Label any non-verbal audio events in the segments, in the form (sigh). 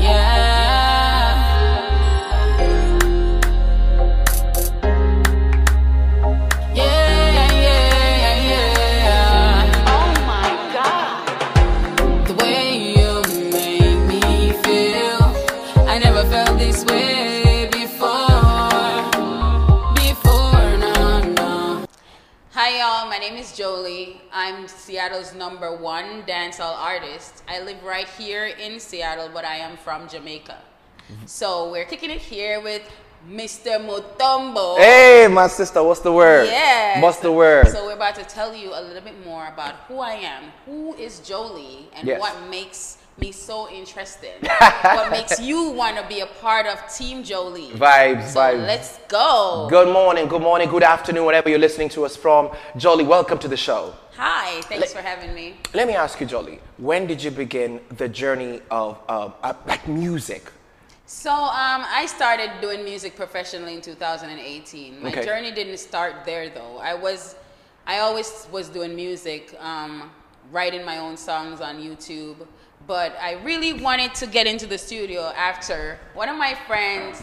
Yeah, yeah, yeah, yeah, yeah. Oh my God. The way you make me feel, I never felt this way before. Before, no, no. Hi, y'all. My name is Jolie. I'm Seattle's number one dancehall artist. I live right here in Seattle, but I am from Jamaica. So we're kicking it here with Mr. Mutombo. Hey, my sister, what's the word? Yeah. What's the So- word? So we're about to tell you a little bit more about who I am, who is Jolie, and Yes. what makes me so (laughs) interested. what makes you want to be a part of Team Jolie? Vibes, So vibes. let's go. Good morning, good morning, good afternoon, wherever you're listening to us from. Jolly, welcome to the show. Hi, thanks for having me. Let me ask you, Jolly, when did you begin the journey of um, uh, like music? So um, I started doing music professionally in 2018. My Okay. journey didn't start there though. I was, I always was doing music, um, writing my own songs on YouTube. But I really wanted to get into the studio after one of my friends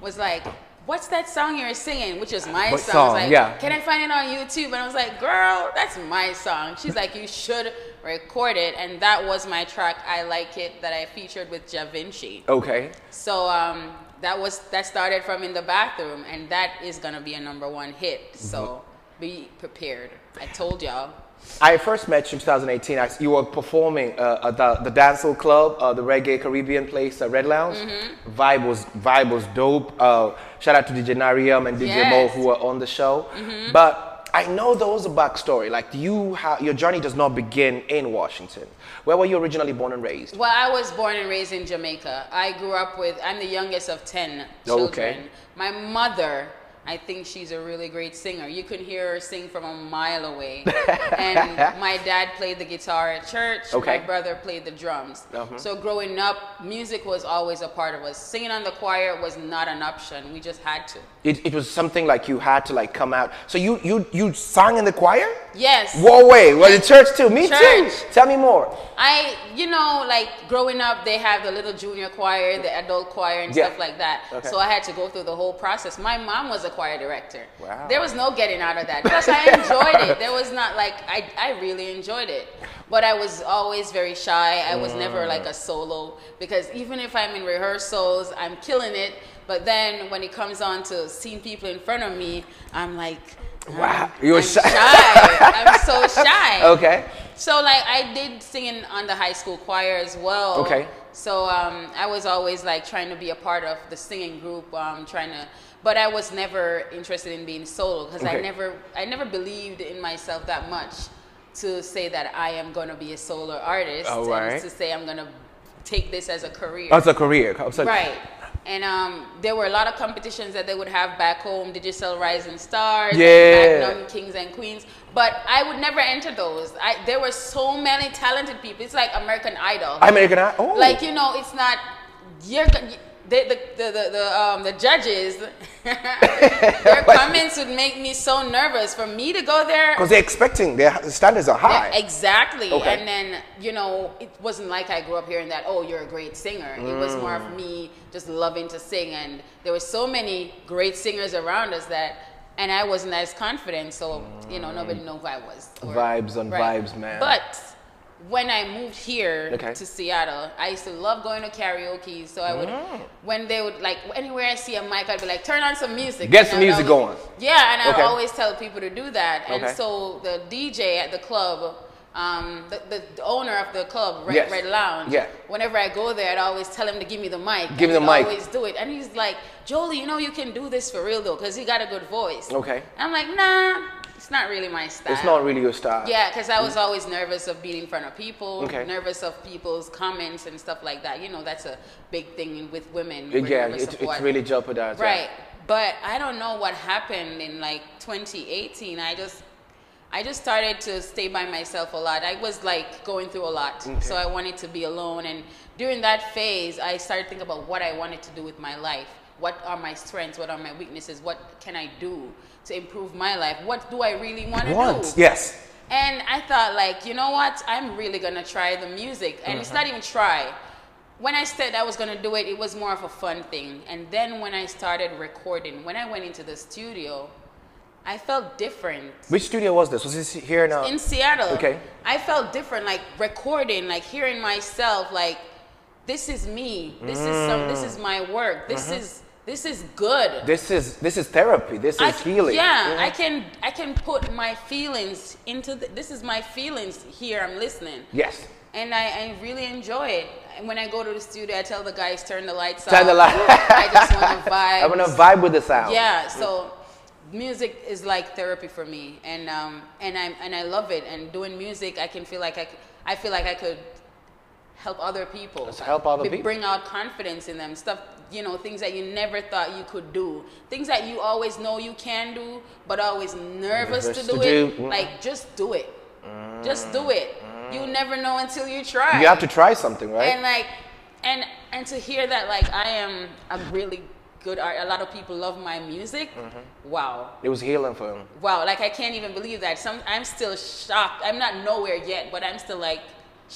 was like, "What's that song you're singing?" Which is my What song. I song? was like, Yeah. Can I find it on YouTube? And I was like, "Girl, that's my song." She's like, "You should record it," and that was my track. I like it that I featured with Ja Vinci. Okay. So um, that was that started from in the bathroom, and that is gonna be a number one hit. Mm-hmm. So be prepared. I told y'all. I first met you in 2018. I, you were performing uh, at the, the Dancehall Club, uh, the Reggae Caribbean place, uh, Red Lounge. Mm-hmm. Vibe was vibe was dope. Uh, shout out to DJ Nariam and DJ Mo Yes. Mm-hmm. who were on the show. But I know there was a backstory. Like you, ha- your journey does not begin in Washington. Where were you originally born and raised? Well, I was born and raised in Jamaica. I grew up with. I'm the youngest of ten Oh, children. okay. My mother. I think she's a really great singer. You could hear her sing from a mile (laughs) away. and my dad played the guitar at church. Okay. My brother played the drums. Mhm. So growing up, music was always a part of us. Singing on the choir was not an option. We just had to. It, it was something like you had to like come out. So you you you sang in the choir? Yes. Whoa, wait, was it church too? Me Church. too. Tell me more. I, you know, like growing up, they have the little junior choir, the adult choir, and Yeah. stuff like that. Okay. So I had to go through the whole process. My mom was a choir director. Wow. There was no getting out of that. Plus, I enjoyed it. There was not like I, I really enjoyed it. But I was always very shy. I was Mm. never like a solo because even if I'm in rehearsals, I'm killing it. But then when it comes on to seeing people in front of me, I'm like, Wow, I'm- you were I'm shy. I'm so (laughs) shy. Okay. So like I did singing on the high school choir as well. Okay. So um, I was always like trying to be a part of the singing group, um, trying to, but I was never interested in being solo because I Okay. never, I never believed in myself that much to say that I am gonna be a solo artist All and right. to say I'm gonna take this as a career. That's a career. I'm sorry. Right. And um, there were a lot of competitions that they would have back home, Digital Rising Stars, Yeah. Magnum Kings and Queens. But I would never enter those. I, there were so many talented people. It's like American Idol. American Idol. Oh. like you know, it's not you're go- they, the the the the, um, the judges. (laughs) their comments would make me so nervous. For me to go there, Because they're expecting their standards are yeah, high. Exactly. Okay. And then, you know, it wasn't like I grew up hearing that, oh, you're a great singer. It was more Mm. of me just loving to sing. And there were so many great singers around us that, and I wasn't as confident. So, you know, nobody knew who I was. or- Mm. Vibes on vibes, man. But when I moved here Okay. to Seattle, I used to love going to karaoke. So I would, Mm. when they would, like, anywhere I see a mic, I'd be like, turn on some music. Get And some I would music always- going. Yeah, and I would Okay. always tell people to do that. And Okay. so so the DJ at the club, um, the, the, the owner of the club, Red, Yes. Red Lounge. Yeah. Whenever I go there, I'd always tell him to give me the mic. Give and me the he'd mic. Always do it, and he's like, Jolie, you know you can do this for real though, because he got a good voice. Okay. And I'm like, nah, it's not really my style. It's not really your style. Yeah, because I was always nervous of being in front of people, Okay. nervous of people's comments and stuff like that. You know, that's a big thing with women. We're Yeah, nervous it, of it's what- really jeopardized. yeah. Right. But I don't know what happened in like 2018. I just I just started to stay by myself a lot. I was like going through a lot. So I wanted to be alone and during that phase I started thinking about what I wanted to do with my life. What are my strengths? What are my weaknesses? What can I do to improve my life? What do I really want to Want. do? Yes. And I thought, like, you know what? I'm really gonna try the music, and it's Uh-huh. not even try. When I said I was gonna do it, it was more of a fun thing. And then when I started recording, when I went into the studio, I felt different. Which studio was this? Was this here now? in Seattle. Uh, Okay. I felt different, like recording, like hearing myself, like this is me. This is some. This is my work. This is this is good. Mm. Uh-huh. This is this is therapy. This is I c- healing. Yeah, I can I can put my feelings into the, this is my feelings here. I'm listening, Yes. and I, I really enjoy it. And when I go to the studio, I tell the guys turn the lights off. Turn the light- I just want (laughs) to vibe. I'm gonna vibe with the sound. Yeah, so music is like therapy for me, and um, and I'm and I love it. And doing music, I can feel like I, c- I feel like I could help other people. Let's help other Be- people. Bring out confidence in them. Stuff you know, things that you never thought you could do, things that you always know you can do, but always nervous, Nervous to do to it. do. Mm. Like just do it. Just do it. You never know until you try You have to try something, right? and like and and to hear that like i am a really good art a lot of people love my music Mm-hmm. wow it was healing for him. wow like i can't even believe that some i'm still shocked i'm not nowhere yet but i'm still like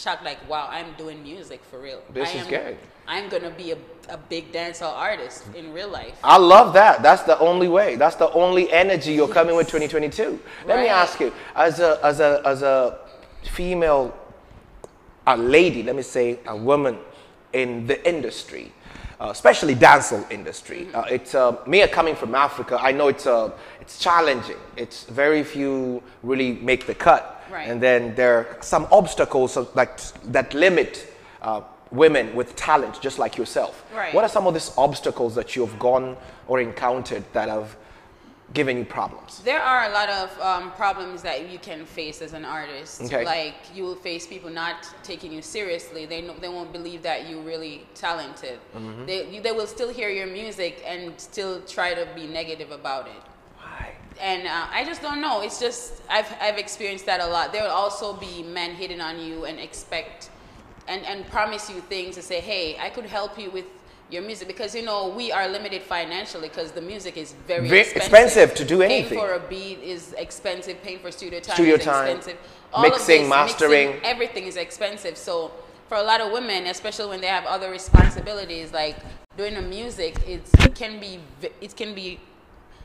shocked like wow i'm doing music for real This I is am, good. i'm gonna be a, a big dancehall artist in real life I love that. That's the only way. That's the only energy you're coming with 2022. Let me Right. ask you, as a as a as a female, a lady, let me say, a woman in the industry, uh, especially dancehall industry. Uh, it's uh, me coming from Africa. I know it's uh, it's challenging. It's very few really make the cut, Right. and then there are some obstacles of, like that limit. Uh, Women with talent, just like yourself. Right. What are some of these obstacles that you've gone or encountered that have given you problems? There are a lot of um, problems that you can face as an artist. Okay. Like you will face people not taking you seriously. They know, they won't believe that you're really talented. They you, they will still hear your music and still try to be negative about it. Why? And uh, I just don't know. It's just I've I've experienced that a lot. There will also be men hitting on you and expect and and promise you things and say, hey, I could help you with your music because you know we are limited financially because the music is very Ve- expensive. expensive to do Paying anything. for a beat is expensive. Paying for studio time Studio is time, expensive. All mixing, of this, mastering. mixing, everything is expensive. So for a lot of women, especially when they have other responsibilities like doing the music, it's, it can be v- it can be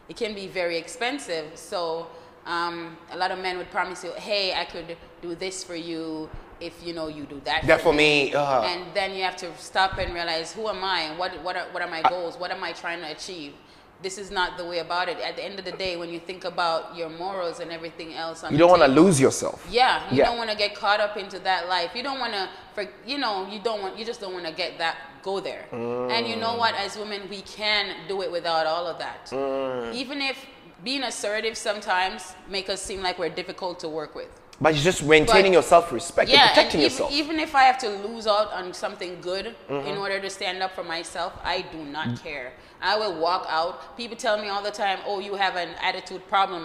it can be very expensive. So um, a lot of men would promise you, "Hey, I could do this for you if you know you do that." That for me, uh, and then you have to stop and realize who am I? What what are, what are my goals? What am I trying to achieve? This is not the way about it. At the end of the day, when you think about your morals and everything else, on you the don't want to table- lose yourself. Yeah, you Yeah. don't want to get caught up into that life. You don't want to, for you know, you don't want, you just don't want to get that go there. And you know what? As women, we can do it without all of that. Mm. Even if being assertive sometimes make us seem like we're difficult to work with. But you're just maintaining But- your self respect and Yeah, protecting and even, yourself. Mm-hmm. even if I have to lose out on something good in order to stand up for myself, I do Mm. not care. I will walk out. People tell me all the time, "Oh, you have an attitude problem,"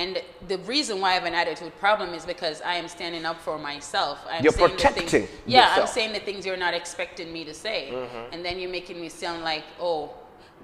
and the reason why I have an attitude problem is because I am standing up for myself. I'm You're saying the things- protecting Yeah, I'm yourself. Mm-hmm. saying the things you're not expecting me to say, and then you're making me sound like, "Oh,"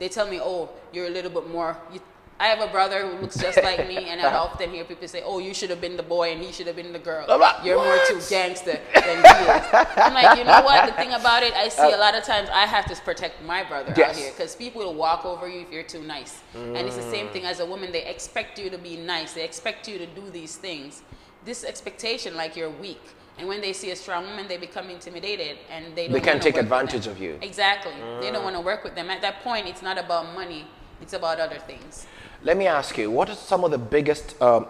they tell me, "Oh, you're a little bit more." You, I have a brother who looks just like me, and (laughs) I often hear people say, "Oh, you should have been the boy, and he should have been the girl." I'm like, You're more too "What?" gangster than he is. I'm like, you know what? The thing about it, I see a lot of times I have to protect my brother out Uh, Yes. here because people will walk over you if you're too nice. And it's the same thing as a woman. They expect you to be nice. They expect you to do these things. This expectation, like you're weak. And when they see a strong woman, they become intimidated and they don't. They can't wanna take work with them. advantage of you. Mm. Exactly. They don't want to work with them. At that point, it's not about money. It's about other things. Let me ask you, what are some of the biggest um,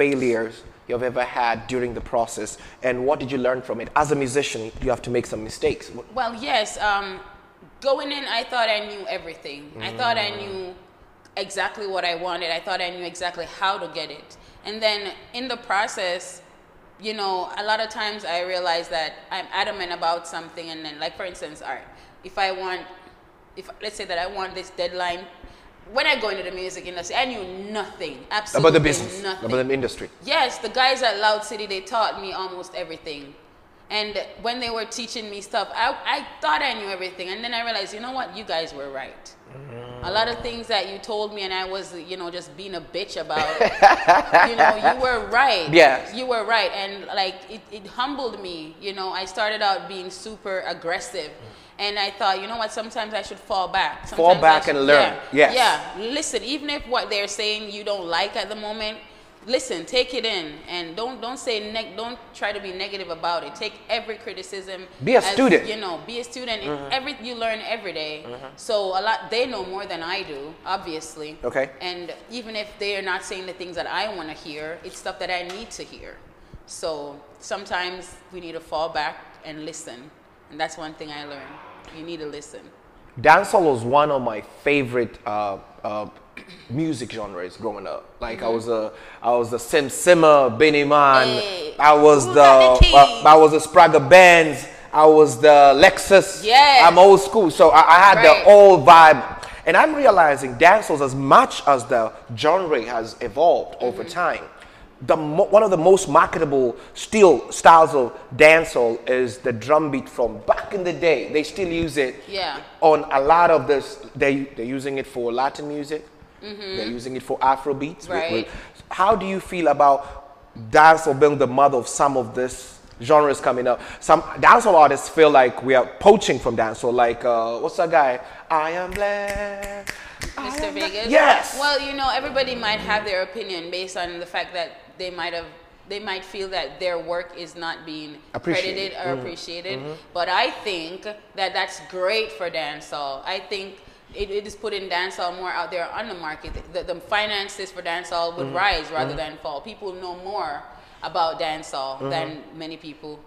failures you've ever had during the process, and what did you learn from it? As a musician, you have to make some mistakes. What- Well, yes. Um, going in, I thought I knew everything. I thought Mm. I knew exactly what I wanted. I thought I knew exactly how to get it. And then in the process, you know, a lot of times I realize that I'm adamant about something, and then, like for instance, art. If I want, if let's say that I want this deadline, when I go into the music industry, I knew nothing, absolutely About the business, nothing. about the industry. Yes, the guys at Loud City, they taught me almost everything. And when they were teaching me stuff, I, I thought I knew everything. And then I realized, you know what? You guys were right. A lot of things that you told me, and I was, you know, just being a bitch about. you know, (laughs) you were right. Yes. You were right, and like it, it humbled me. You know, I started out being super aggressive, and I thought, you know what? Sometimes I should fall back. Fall Sometimes I back should- and learn. Yeah. Yes. Yeah. Listen, even if what they're saying you don't like at the moment. Listen, take it in, and don't don't say neg- don't try to be negative about it. Take every criticism Be a as, student. Mm-hmm. You know, be a student. Every you learn every day. So a lot they know more than I do, obviously. Okay. And even if they are not saying the things that I want to hear, it's stuff that I need to hear. So sometimes we need to fall back and listen, and that's one thing I learned. You need to listen. dancehall was one of my favorite uh, uh, music genres growing up. Like I was a, I was a Sim Simmer, Benny Man. Hey, I was who the, got the uh, I was the Sprague Benz. I was the Lexus. Yes. I'm old school, so I, I had Right. the old vibe. And I'm realizing dancehall, as much as the genre has evolved over time, the mo- one of the most marketable still styles of dancehall is the drum beat from back in the day. They still use it Yeah. on a lot of this they they're using it for latin music they're using it for afro beats We- we- Right. how do you feel about dancehall being the mother of some of this genres coming up some dancehall artists feel like we are poaching from dancehall like uh, what's that guy i am black I Mr. am black. Vegas. yes Well, you know, everybody might have their opinion based on the fact that they might have they might feel that their work is not being Appreciated. Mm-hmm. credited or appreciated. But I think that that's great for dancehall. I think it, it is putting dancehall more out there on the market. The, the finances for dancehall Mm-hmm. would rise rather than fall. People know more about dancehall Mm-hmm. than many people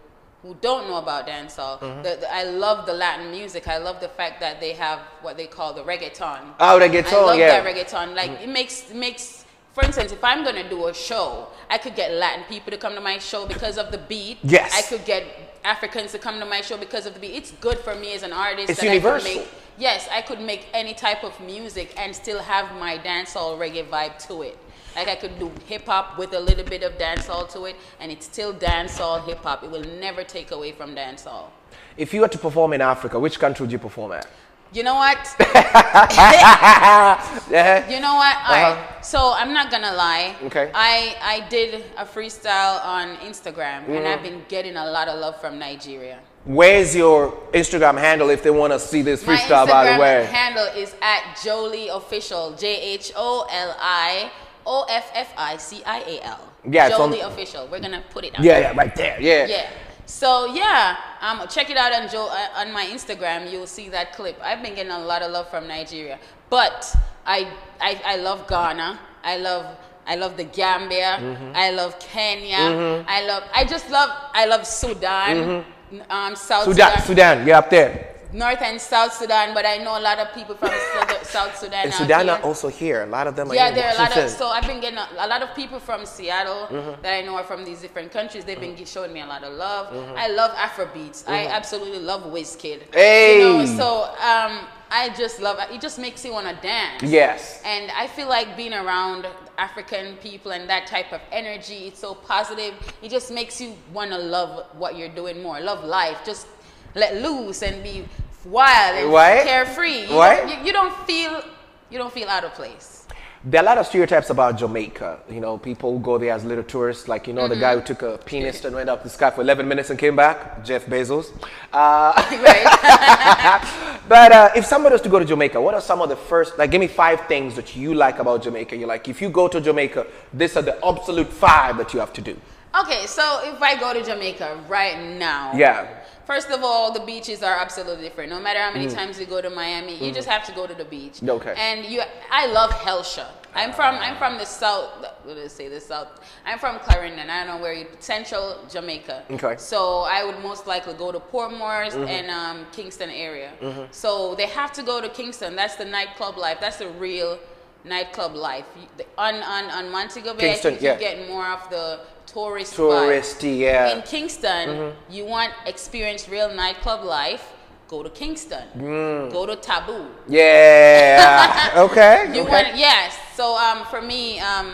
who don't know about dancehall. Mm-hmm. The, the- I love the Latin music. I love the fact that they have what they call the reggaeton. oh they get I love on yeah that reggaeton. Like it makes it makes. For instance, if I'm gonna do a show, I could get Latin people to come to my show because of the beat. Yes. I could get Africans to come to my show because of the beat. It's good for me as an artist. It's that I could universal. make- yes, I could make any type of music and still have my dancehall reggae vibe to it. Like I could do hip hop with a little bit of dancehall to it, and it's still dancehall hip hop. It will never take away from dancehall. if you were to perform in africa which country would you perform at (laughs) You know what? yeah You know what? All Uh-huh. right. So I'm not gonna lie. Okay. I I did a freestyle on Instagram, Mm-hmm. and I've been getting a lot of love from Nigeria. where's your instagram handle if they want to see this freestyle My by Instagram the way handle is at Jolie Official. J H O L I O F F I C I A L. Yeah, it's on- Jolie Official. We're gonna put it out. yeah, yeah right there yeah Yeah. So yeah, um, check it out on Joe uh, on my Instagram. You'll see that clip. I've been getting a lot of love from Nigeria, but I I, I love Ghana. I love I love the Gambia. Mm-hmm. I love Kenya. I love I just love I love Sudan. Um, South Mm-hmm. Sudan, Sudan, Sudan, get up there. North and South Sudan, but I know a lot of people from South, South Sudan. And out Sudan here. are also here. A lot of them are Yeah, in there are a lot of. Washington. So I've been getting a, a lot of people from Seattle Mm-hmm. that I know are from these different countries. They've been gi- showing me a lot of love. Mm-hmm. I love Afrobeats. I absolutely love Wizkid. You Hey! know, so um, I just love. It just makes you want to dance. Yes. And I feel like being around African people and that type of energy, it's so positive. It just makes you want to love what you're doing more, love life, just let loose and be wild and Right? carefree. You Right? Don't, you, you don't feel you don't feel out of place. There are a lot of stereotypes about Jamaica. You know, people who go there as little tourists, like you know the Mm-hmm. guy who took a penis and went up the sky for 11 minutes and came back, Jeff Bezos. Uh, (laughs) Right? but uh, if somebody was to go to Jamaica, what are some of the first? Like, give me five things that you like about Jamaica. You're like, if you go to Jamaica, these are the absolute five that you have to do. okay, so if I go to Jamaica right now, Yeah. First of all, the beaches are absolutely different. No matter how many times you go to Miami, you just have to go to the beach. Mm. Okay. And you, I love Helsha. I'm from I'm from the south. What did I say? The south. I'm from Clarendon. I don't know where you central Jamaica. Okay. Mm-hmm. So I would most likely go to Port Morris and um, Kingston area. So they have to go to Kingston. That's the nightclub life. That's the real nightclub life. You- the- On on on Montego Bay, Kingston, I think you yeah. get more of the tourist vibe Touristy, yeah. in Kingston, you want experience real nightclub life, go to Kingston. Go to Taboo. yeah. okay. You (laughs) okay. want yes. So um, for me, um,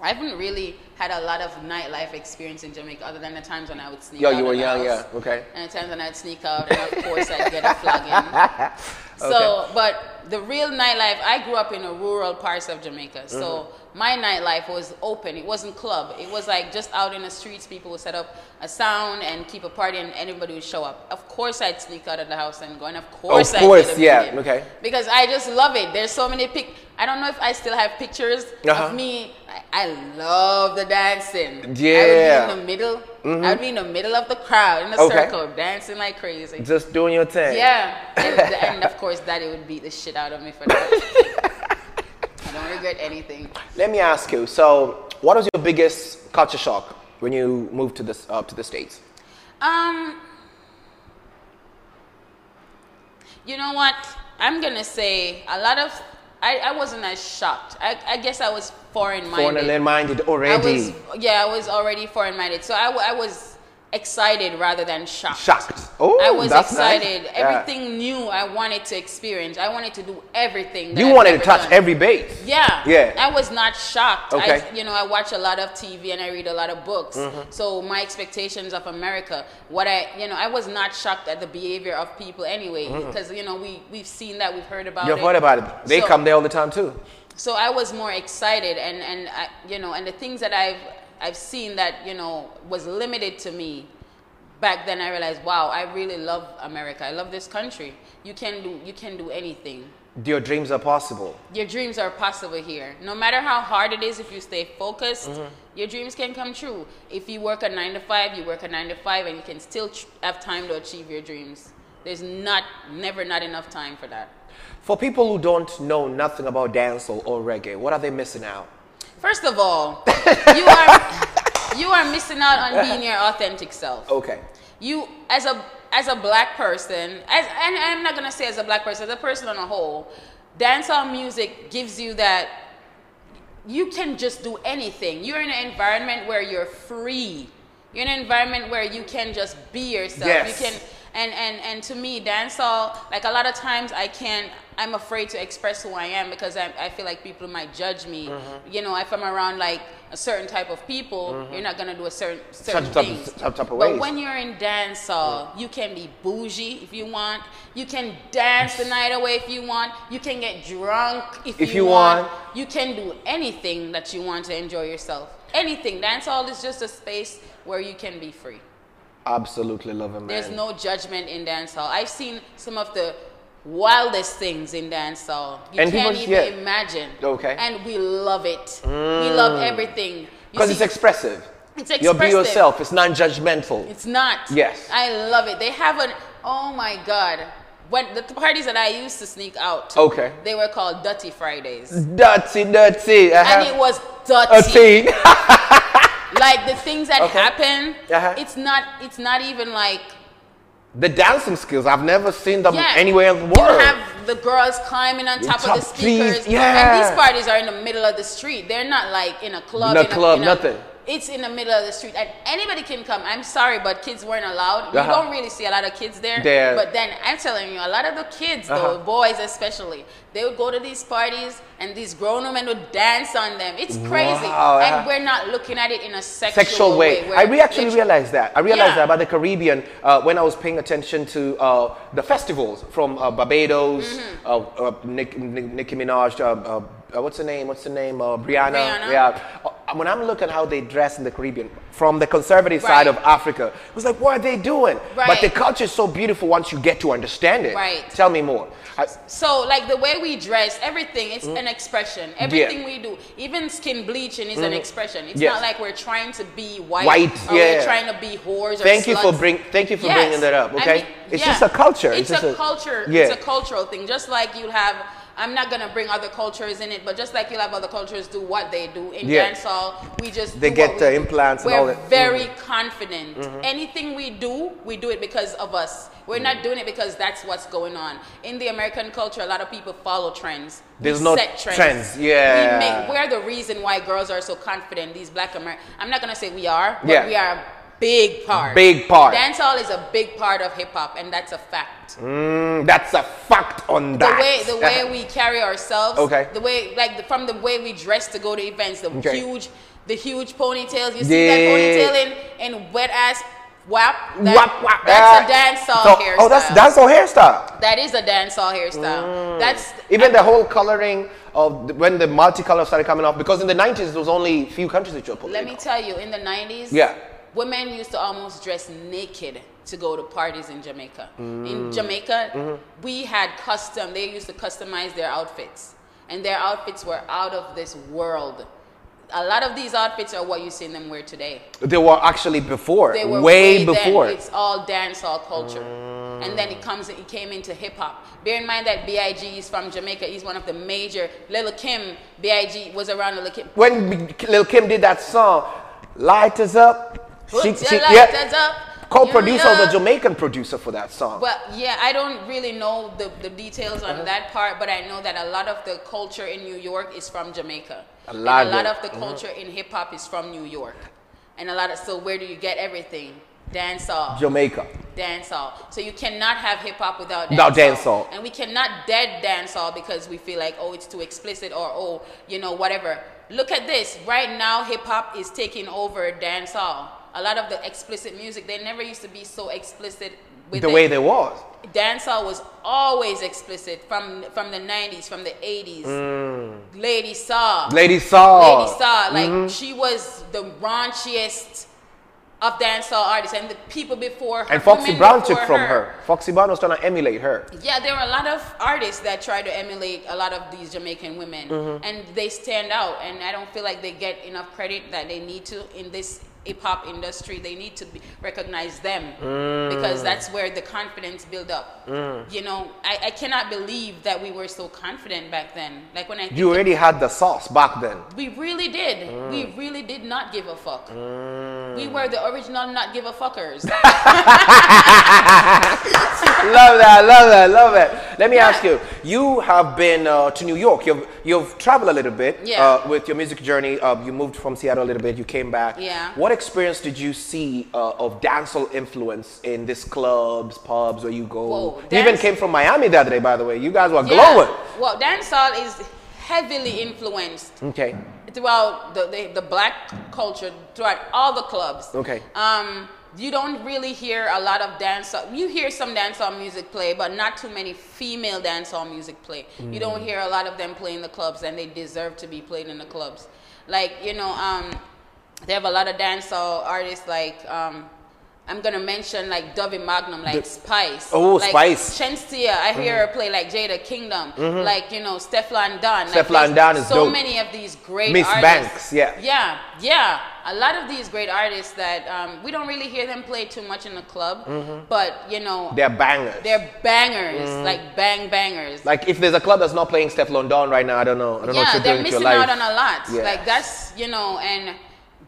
I haven't really had a lot of nightlife experience in Jamaica, other than the times when I would sneak Yo, out. you of were the young, house. yeah. Okay. And the times when I'd sneak out, and of course I'd get a (laughs) flogging. So, but the real nightlife, I grew up in the rural parts of Jamaica. So Mm-hmm. my nightlife was open. It wasn't club. It was like just out in the streets. People would set up a sound and keep a party, and anybody would show up. Of course, I'd sneak out of the house and go, and of course, I'd course, get a yeah, video. okay. Because I just love it. There's so many pic. I don't know if I still have pictures Uh-huh. of me. I, I love the dancing. I Yeah. Mm-hmm. would be in the middle. I'd be in the middle of the crowd in a Okay. circle, dancing like crazy. Just doing your thing. Yeah. It- and of course, daddy would beat the shit out of me for (laughs) that. I don't regret anything. Let me ask you. So, what was your biggest culture shock when you moved to this uh, to the states? Um, you know what? I'm gonna say a lot of. I, I wasn't as shocked. I, I guess I was foreign minded. Foreign and minded already. I was, yeah, I was already foreign minded. So I, w- I was excited rather than shocked. Shocked. Oh, I was that's nice. excited. Yeah. Everything new I wanted to experience. I wanted to do everything. That You I've wanted to never touch done. every base. Yeah. Yeah. I was not shocked. Okay. Mm-hmm. I, you know, I watch a lot of TV and I read a lot of books. So my expectations of America, what I, you know, I was not shocked at the behavior of people anyway, because you know we we've seen that, we've heard about Mm-hmm. You've it. heard about it. They So- come there all the time too. so I was more excited, and and I, you know, and the things that I've I've seen that you know was limited to me back then. I realized, wow, I really love America. I love this country. You can do you can do anything. Your dreams are possible. Your dreams are possible here. No matter how hard it is, if you stay focused, your dreams can come true. If you work a nine to five, you work a nine to five, and you can still tr- have time to achieve your dreams. There's not never not enough time for that. For people who don't know nothing about dancehall or reggae, what are they missing out? First of all, you are you are missing out on being your authentic self. Okay. You as a as a black person, as and I'm not gonna say as a black person, as a person on a whole, dancehall music gives you that you can just do anything. You're in an environment where you're free. You're in an environment where you can just be yourself. Yes. You can and and and to me, dancehall, like a lot of times I can't. I'm afraid to express who I am because I, I feel like people might judge me. Mm-hmm. You know, if I'm around like a certain type of people, you're not gonna do a certain certain type of- things. Mm-hmm. some type of but ways. when you're in dancehall, you can be bougie if you want. You can dance the night away if you want. You can get drunk if, If you you want. want. You can do anything that you want to enjoy yourself. Anything. Dancehall is just a space where you can be free. Absolutely love him, man. There's no judgment in dancehall. I've seen some of the wildest things in dancehall. You And can't people- even yeah. imagine. Okay. Mm. And we love it. We love everything. You Because it's see, expressive. it's You'll be expressive. yourself. It's non-judgmental. It's not. Yes. I love it. They have an oh my god. When the parties that I used to sneak out to, Okay. they were called Dirty Fridays. dirty, dirty. I And it have was a dirty. thing. Like the things that Okay. happen, Uh-huh. it's not it's not even like (laughs) the dancing skills. I've never seen them yeah, anywhere in the world. You have the girls climbing on top of the top trees, speakers. And yeah. these parties are in the middle of the street. They're not like in a club. No in a- club, in a- nothing. It's in the middle of the street. And anybody can come. I'm sorry, but kids weren't allowed. You Uh-huh. don't really see a lot of kids there. There. But then I'm telling you, a lot of the kids, Uh-huh. though, boys especially, they would go to these parties and these grown women would dance on them. It's crazy. Wow, and uh-huh. we're not looking at it in a sexual, sexual way. where I re- actually literally- realized that. I realized Yeah. that about the Caribbean uh, when I was paying attention to uh, the festivals from uh, Barbados, Mm-hmm. uh, uh, Nick, Nick, Nicki Minaj, uh, uh, uh, what's her name? What's her name? Uh, Brianna. Brianna. Yeah. Uh, When I'm looking how they dress in the Caribbean, from the conservative side of Right. Africa, it was like, what are they doing? But the Right. culture is so beautiful once you get to understand it. Right. Tell me more. I, So like the way we dress, everything it's Mm. an expression. Everything we do, even skin bleaching is an expression. It's Mm. Yes. not like we're trying to be white, White, or we're yeah. trying to be whores. Or Thank you for sluts. bring. Thank you for Yes. bringing that up. I Okay, mean, it's yeah. just a culture. It's, just a, culture. Yeah. It's a cultural thing. Just like you have, I'm not gonna bring other cultures in it, but just like you have other cultures do what they do in Yeah. dancehall, we just They do get what the we do. implants and We're all that. Mm-hmm. Very confident. Anything we do, we do it because of us. We're not Mm-hmm. doing it because that's what's going on in the American culture. A lot of people follow trends. We There's no set trends. trends, we yeah. make, we're the reason why girls are so confident. These black Amer. I'm not gonna say we are, but Yeah. we are a big part. Big part. Dancehall is a big part of hip hop, and that's a fact. Mm, that's a fact on The that. way the (laughs) way we carry ourselves, Mm. Okay. the way like the, from the way we dress to go to events, the Okay. huge the huge ponytails. You see that Yeah. ponytail and, and wet ass wap? That, Wap, wap. That's Ah. a dancehall So- hairstyle. Oh, that's Mm. dancehall hairstyle. That is a dancehall hairstyle. That's Even the whole coloring of the, when the multicolor started coming off, because in the 90s there was only few countries that you were putting. Let me tell you, in the 90s, Yeah. women used to almost dress naked to go to parties in Jamaica. In Mm. Jamaica, Mm-hmm. we had custom, they used to customize their outfits, and their outfits were out of this world. A lot of these outfits are what you see them wear today. They were actually before, They were way, then. before. Mm. It's all dancehall culture. And then it comes, it came into hip hop. Bear in mind that B.I.G. is from Jamaica. He's one of the major. Lil Kim, B.I.G. was around Lil Kim. When Lil Kim did that song, Light Us Up, Put your lighters up. co-producer You was a know. Jamaican producer for that song. Well, yeah, I don't really know the, the details on Uh-huh. that part, but I know that a lot of the culture in New York is from Jamaica. A And lot a of lot it. Uh-huh. of the culture in hip hop is from New York. And a lot of so where do you get everything? Dancehall. Jamaica. dancehall. So you cannot have hip hop without dancehall. Without dancehall. And we cannot dead dancehall because we feel like oh it's too explicit or oh you know whatever. Look at this right now. Hip hop is taking over dancehall. A lot of the explicit music they never used to be so explicit. With the it. way they was. dancehall was always explicit from from the 90s, from the 80s. Lady Saw. Mm. Lady Saw. uh, Lady Mm-hmm. Saw, like she was the raunchiest of dancehall artists, and the people before her, And Foxy women Brown before took from her. Foxy Brown was trying to emulate her. Yeah, there were a lot of artists that try to emulate a lot of these Jamaican women, and they stand out. And I don't feel like they get enough credit that they need to in this hip hop industry. They need to be, recognize them because that's where the confidence build up. You know, I, I cannot believe that we were so confident back then. Like when I think You already had the sauce back then. we really did. We really did not give a fuck. We were the original not give a fuckers. love that, love that, love it. Let me Yeah. ask you. You have been uh, to New York. You've you've traveled a little bit Yeah. uh, with your music journey. Uh, you moved from Seattle a little bit. You came back. Yeah. What experience did you see uh, of dancehall influence in these clubs, pubs where you go? Whoa, you even dance- came from Miami the other day, by the way. You guys were Yeah. glowing. Well, dancehall is heavily influenced Okay. throughout the, the, the black culture, throughout all the clubs. Okay. Um, you don't really hear a lot of dancehall. You hear some dancehall music play, but not too many female dancehall music play. You don't Mm. hear a lot of them playing the clubs, and they deserve to be played in the clubs. Like you know, um, they have a lot of dancehall artists. Like um, I'm gonna mention like Dovey Magnum, like Spice. Oh, like Spice. Mm-hmm. Shensia, I hear her play like Jada Kingdom, like you know Stefan Don. like, Steflan there's Don is so dope. many of these great Miss artists. Banks, yeah. Yeah, yeah. A lot of these great artists that um, we don't really hear them play too much in the club, but you know, they're, Mm-hmm. They're bangers. bangers, like bang bangers. like if there's a club that's not playing Steflon Don right now, I don't know. I don't know yeah, what you're they're doing with your missing life. out on a lot. Yeah. Like that's you know, and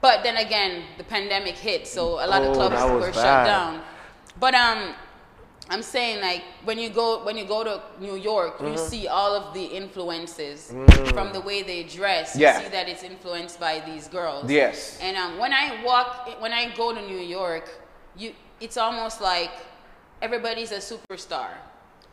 but then again, the pandemic hit, so a lot Oh, of clubs that was were bad. shut down. But um, I'm saying like when you go when you go to New York, you Mm-hmm. see all of the influences from the way they dress. Mm. Yeah. You see that it's influenced by these girls. Yes. And um, when I walk, when I go to New York, you, it's almost like everybody's a superstar.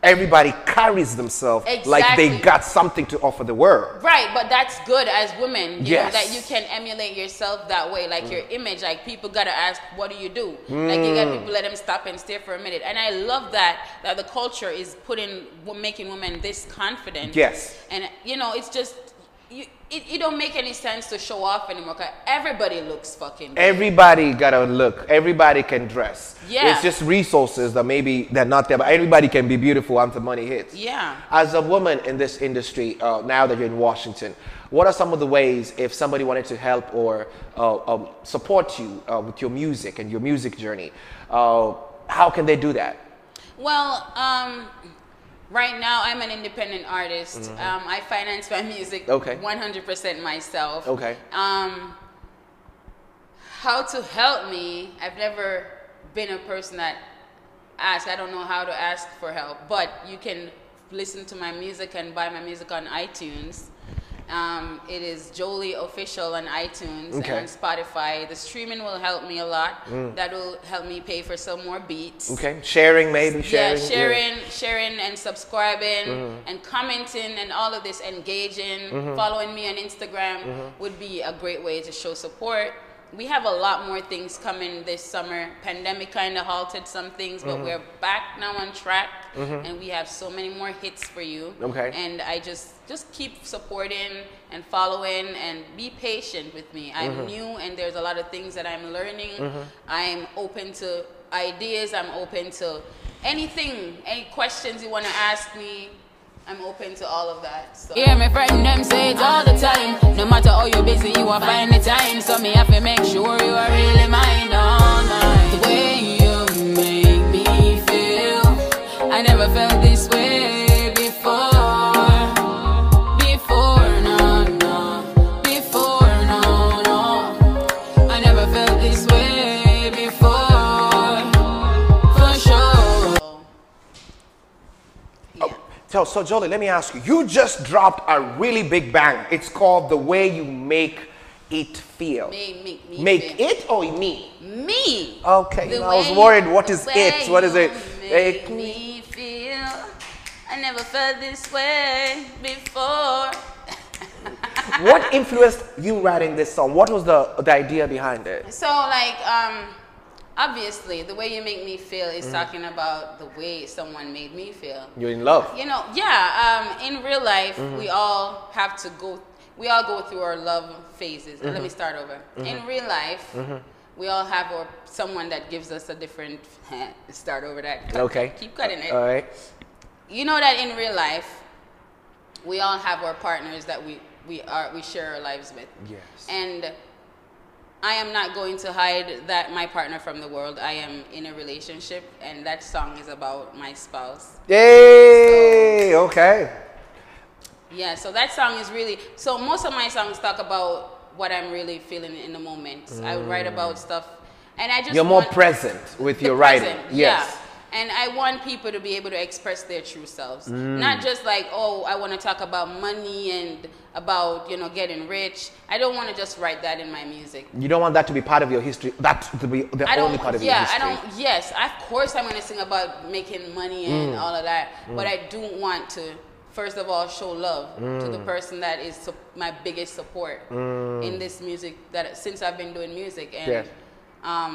Everybody carries themselves like Exactly. they got something to offer the world. Right, but that's good as women. You Yes. Mm. know, that you can emulate yourself that way, like your image. Like people gotta ask, what do you do? Like you got people let them stop and stare for a minute. And I love that that the culture is putting wo- making women this confident. Yes. And you know, it's just you, it, it don't make any sense to show off anymore. 'cause everybody looks fucking. good. Everybody gotta look. Everybody can dress. Yeah. It's just resources that maybe they're not there, but everybody can be beautiful once the money hits. yeah. As a woman in this industry, uh, now that you're in Washington, what are some of the ways if somebody wanted to help or uh, um, support you uh, with your music and your music journey, uh, how can they do that? Well, um, right now I'm an independent artist. Um, I finance my music Mm-hmm. Okay. 100% myself. Okay. Um, how to help me? I've never been a person that asks. I don't know how to ask for help, but you can listen to my music and buy my music on iTunes. Um, it is Jolie Official on iTunes Okay. Mm. and on Spotify. The streaming will help me a lot. That will help me pay for some more beats. Okay, sharing maybe sharing. yeah, sharing, sharing, and subscribing, and commenting, and all of this engaging, following me on Instagram would be a great way to show support. We have a lot more things coming this summer. Pandemic kind of halted some things, but we're back now on track, and we have so many more hits for you. Okay. And I just just keep supporting and following, and be patient with me. I'm new, and there's a lot of things that I'm learning. I'm open to ideas. I'm open to anything, any questions you want to ask me. I'm open to all of that. So. Yeah, my friend them say it all the time. No matter how you busy, you will find the time. So me have to make sure you are really mine all night. The way you make me feel, I never felt this way before. Before, no, no. Before, no, no. I never felt this way before. For sure. Yeah. Oh, So, so Jolie, let me ask you. You just dropped a really big bang. It's called "The Way You Make It Feel." May make me Make feel- it or me? me. Okay, The I was way- worried, what is the way it? What is you it? Make Make me- me feel. I never felt this way before. (laughs) (laughs) what influenced you writing this song? What was the the idea behind it? So like um obviously the way you make me feel is talking about the way someone made me feel. You're in love. You know, yeah, um in real life we all have to go we all go through our love phases. Let me start over. In real life We all have our, someone that gives us a different. (laughs) start over that. Cut- Okay. Uh, Keep cutting it. All right. you know that in real life, we all have our partners that we we are we share our lives with. Yes. And I am not going to hide that my partner from the world. I am in a relationship, and that song is about my spouse. Yay! Okay. Yeah, so that song is really so most of my songs talk about what I'm really feeling in the moment. I write about stuff and I just Mm. You're more want- present with the your writing. present, Yes. Yeah. And I want people to be able to express their true selves. Mm. Not just like, oh, I want to talk about money and about, you know, getting rich. I don't want to just write that in my music. You don't want that to be part of your history. That to be the I don't, only part of your yeah, history. I don't, yes, of course I'm going to sing about making money Mm. and all of that, but I do want to, first of all, show love to Mm. the person that is su- my biggest support in this music that since I've been doing music. And Yes. um,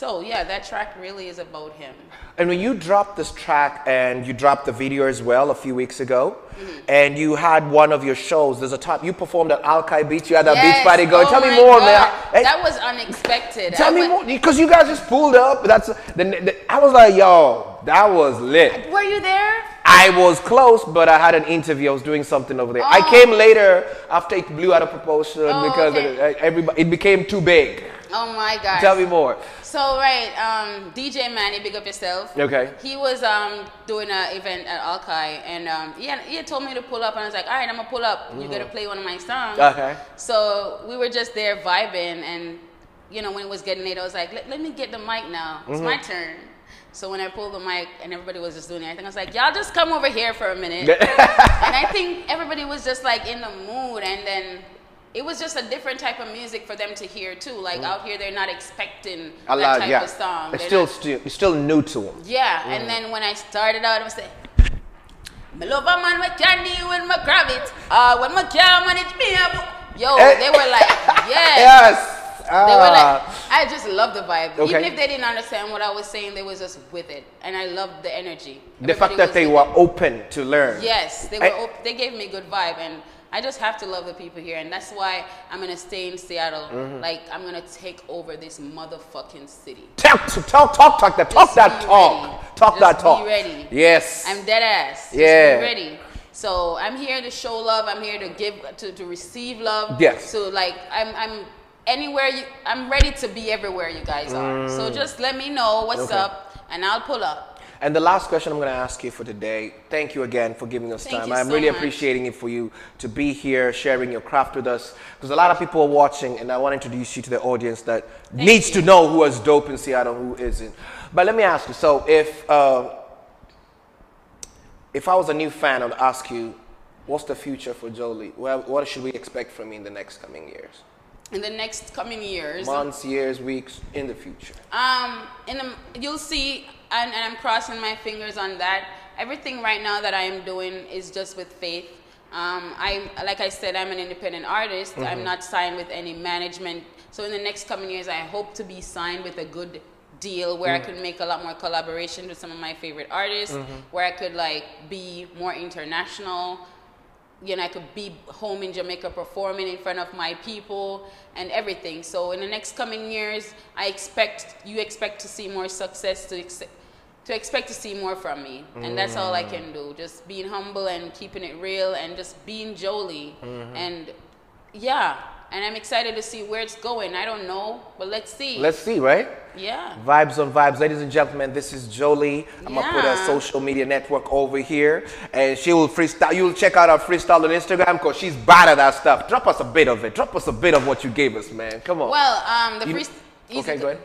so, yeah, that track really is about him. And when you dropped this track and you dropped the video as well a few weeks ago, Mm-hmm. and you had one of your shows, there's a top, you performed at Alki Beach, you had a beach Yes. party going. Oh tell me my more, God. man. Hey, That was unexpected. tell I me went- more, because you guys just pulled up. That's the, the, I was like, yo, that was lit. Were you there? I was close, but I had an interview. I was doing something over there. I Oh. came later after it blew out of proportion Oh, because okay. it, everybody, it became too big. Oh my gosh. Tell me more. So right, um, DJ Manny, big up yourself. Okay. He was um doing an event at Alki, and um he had, he had told me to pull up, and I was like, all right, I'm gonna pull up. You're gonna play one of my songs. Mm-hmm. Okay. So we were just there vibing, and you know when it was getting late, I was like, let, let me get the mic now. It's my Mm-hmm. turn. So when I pulled the mic and everybody was just doing everything, I was like, y'all just come over here for a minute. (laughs) and I think everybody was just like in the mood, and then it was just a different type of music for them to hear too. Mm-hmm. Like out here, they're not expecting I that lied, type yeah. of song. It's They're still, Mm. not- stu- it's still new to them. yeah, and then when I started out, I was like, my love a man, my candy when my grab it, uh, when my can manage me, I'm-" yo, Eh. Oh, they were (laughs) like, yes. Yes. They were like, Ah. I just love the vibe. Even Okay. if they didn't understand what I was saying, they was just with it, and I loved the energy. the fact Everybody that was they with were Eh. open to learn. Yes, they were. I- op- they gave me good vibe, and I just have to love the people here, and that's why I'm gonna stay in Seattle. Mm-hmm. Like I'm gonna take over this motherfucking city. Talk, to- talk, talk, talk that, Just talk that be talk, ready. talk that Just be talk. ready. Yes. I'm dead ass. Just be Yeah. ready. So I'm here to show love. I'm here to give to, to receive love. Yes. So like I'm I'm anywhere you I'm ready to be everywhere you guys are. So just let me know what's Mm. Okay. up and I'll pull up. And the last question I'm going to ask you for today. Thank you again for giving us Thank time. you I'm so really much. appreciating it for you to be here, sharing your craft with us. Because a lot of people are watching, and I want to introduce you to the audience that needs you. to know who is dope in Seattle, who isn't. But let me ask you. So if uh, if I was a new fan, I'd ask you, What's the future for Jolie? Well, what should we expect from you in the next coming years? in the next coming years. Months, years, weeks, in the future. Um, in the, you'll see, and, and I'm crossing my fingers on that. Everything right now that I am doing is just with faith. Um, I, like I said, I'm an independent artist. I'm not signed with any management. So in the next coming years, I hope to be signed with a good deal where I could make a lot more collaboration with some of my favorite artists, where I could like be more international. You know, I could be home in Jamaica performing in front of my people and everything. So in the next coming years, I expect you expect to see more success to ex- to expect to see more from me, and that's all Mm. I can do. Just being humble and keeping it real, and just being Jolie, Mm-hmm. and yeah. And I'm excited to see where it's going. I don't know, but let's see. Let's see, right? yeah. Vibes on vibes. Ladies and gentlemen, this is Jolie. I'm gonna put her Yeah. social media network over here and she will freestyle. You'll check out our freestyle on Instagram because she's bad at that stuff. Drop us a bit of it. Drop us a bit of what you gave us, man. Come on. Well, um, the Oh. You- first. okay, go ahead.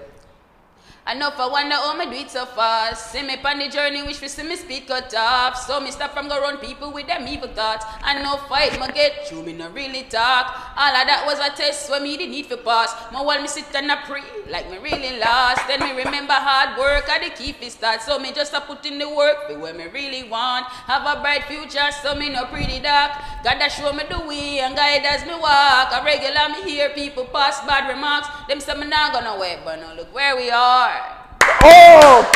I know if I wonder how me do it so fast. See me on the journey, wish for see me speed cut off. So me stop from go run people with them evil thoughts. I know fight me get through, me no really talk. All of that was a test where me did need for pass. My while me sit and a pray, like me really lost. Then me remember hard work, I the key fi start. So me just a put in the work, be where me really want. Have a bright future, so me no pretty dark. God a show me the way and guide as me walk. A regular me hear people pass bad remarks. Them say me not gonna wait, but no look where we are. Oh,